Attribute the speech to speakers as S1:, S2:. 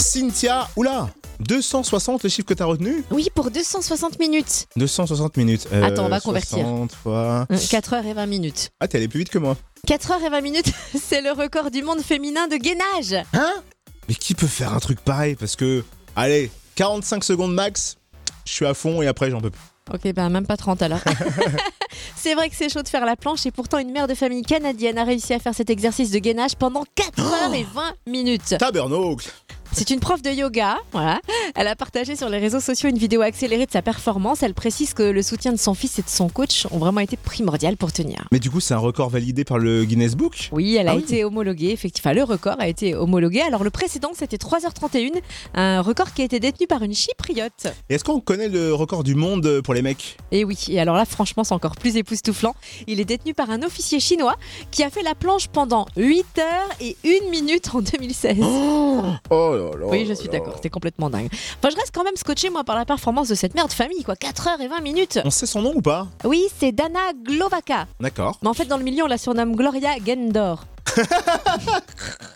S1: Cynthia, oula 260 le chiffre que t'as retenu
S2: Oui, pour 260 minutes. Euh,
S1: 260 minutes.
S2: Attends, on va convertir.
S1: 60 fois...
S2: 4h20 minutes.
S1: Ah, t'es allé plus vite que moi.
S2: 4h20 minutes, c'est le record du monde féminin de gainage.
S1: Hein Mais qui peut faire un truc pareil Parce que, allez, 45 secondes max, je suis à fond et après j'en peux plus.
S2: Ok, ben même pas 30 alors. c'est vrai que c'est chaud de faire la planche et pourtant une mère de famille canadienne a réussi à faire cet exercice de gainage pendant 4h20 minutes.
S1: Tabernacle
S2: C'est une prof de yoga, voilà. Elle a partagé sur les réseaux sociaux une vidéo accélérée de sa performance. Elle précise que le soutien de son fils et de son coach ont vraiment été primordial pour tenir.
S1: Mais du coup, c'est un record validé par le Guinness Book
S2: Oui, elle a
S1: Ah oui.
S2: été homologuée, effectivement. Enfin, le record a été homologué. Alors le précédent, c'était 3h31, un record qui a été détenu par une chypriote.
S1: Et Est-ce qu'on connaît le record du monde pour les mecs
S2: Et oui, et alors là, franchement, c'est encore plus époustouflant. Il est détenu par un officier chinois qui a fait la planche pendant 8 heures et 1 minute en 2016.
S1: Oh là là
S2: oui, je suis d'accord, c'est complètement dingue. Enfin, je reste quand même scotché, moi, par la performance de cette mère de famille, quoi. 4 heures et 20 minutes.
S1: On sait son nom ou pas
S2: Oui, c'est Dana Glovaka.
S1: D'accord.
S2: Mais en fait, dans le milieu, on la surnomme Gloria Gendor.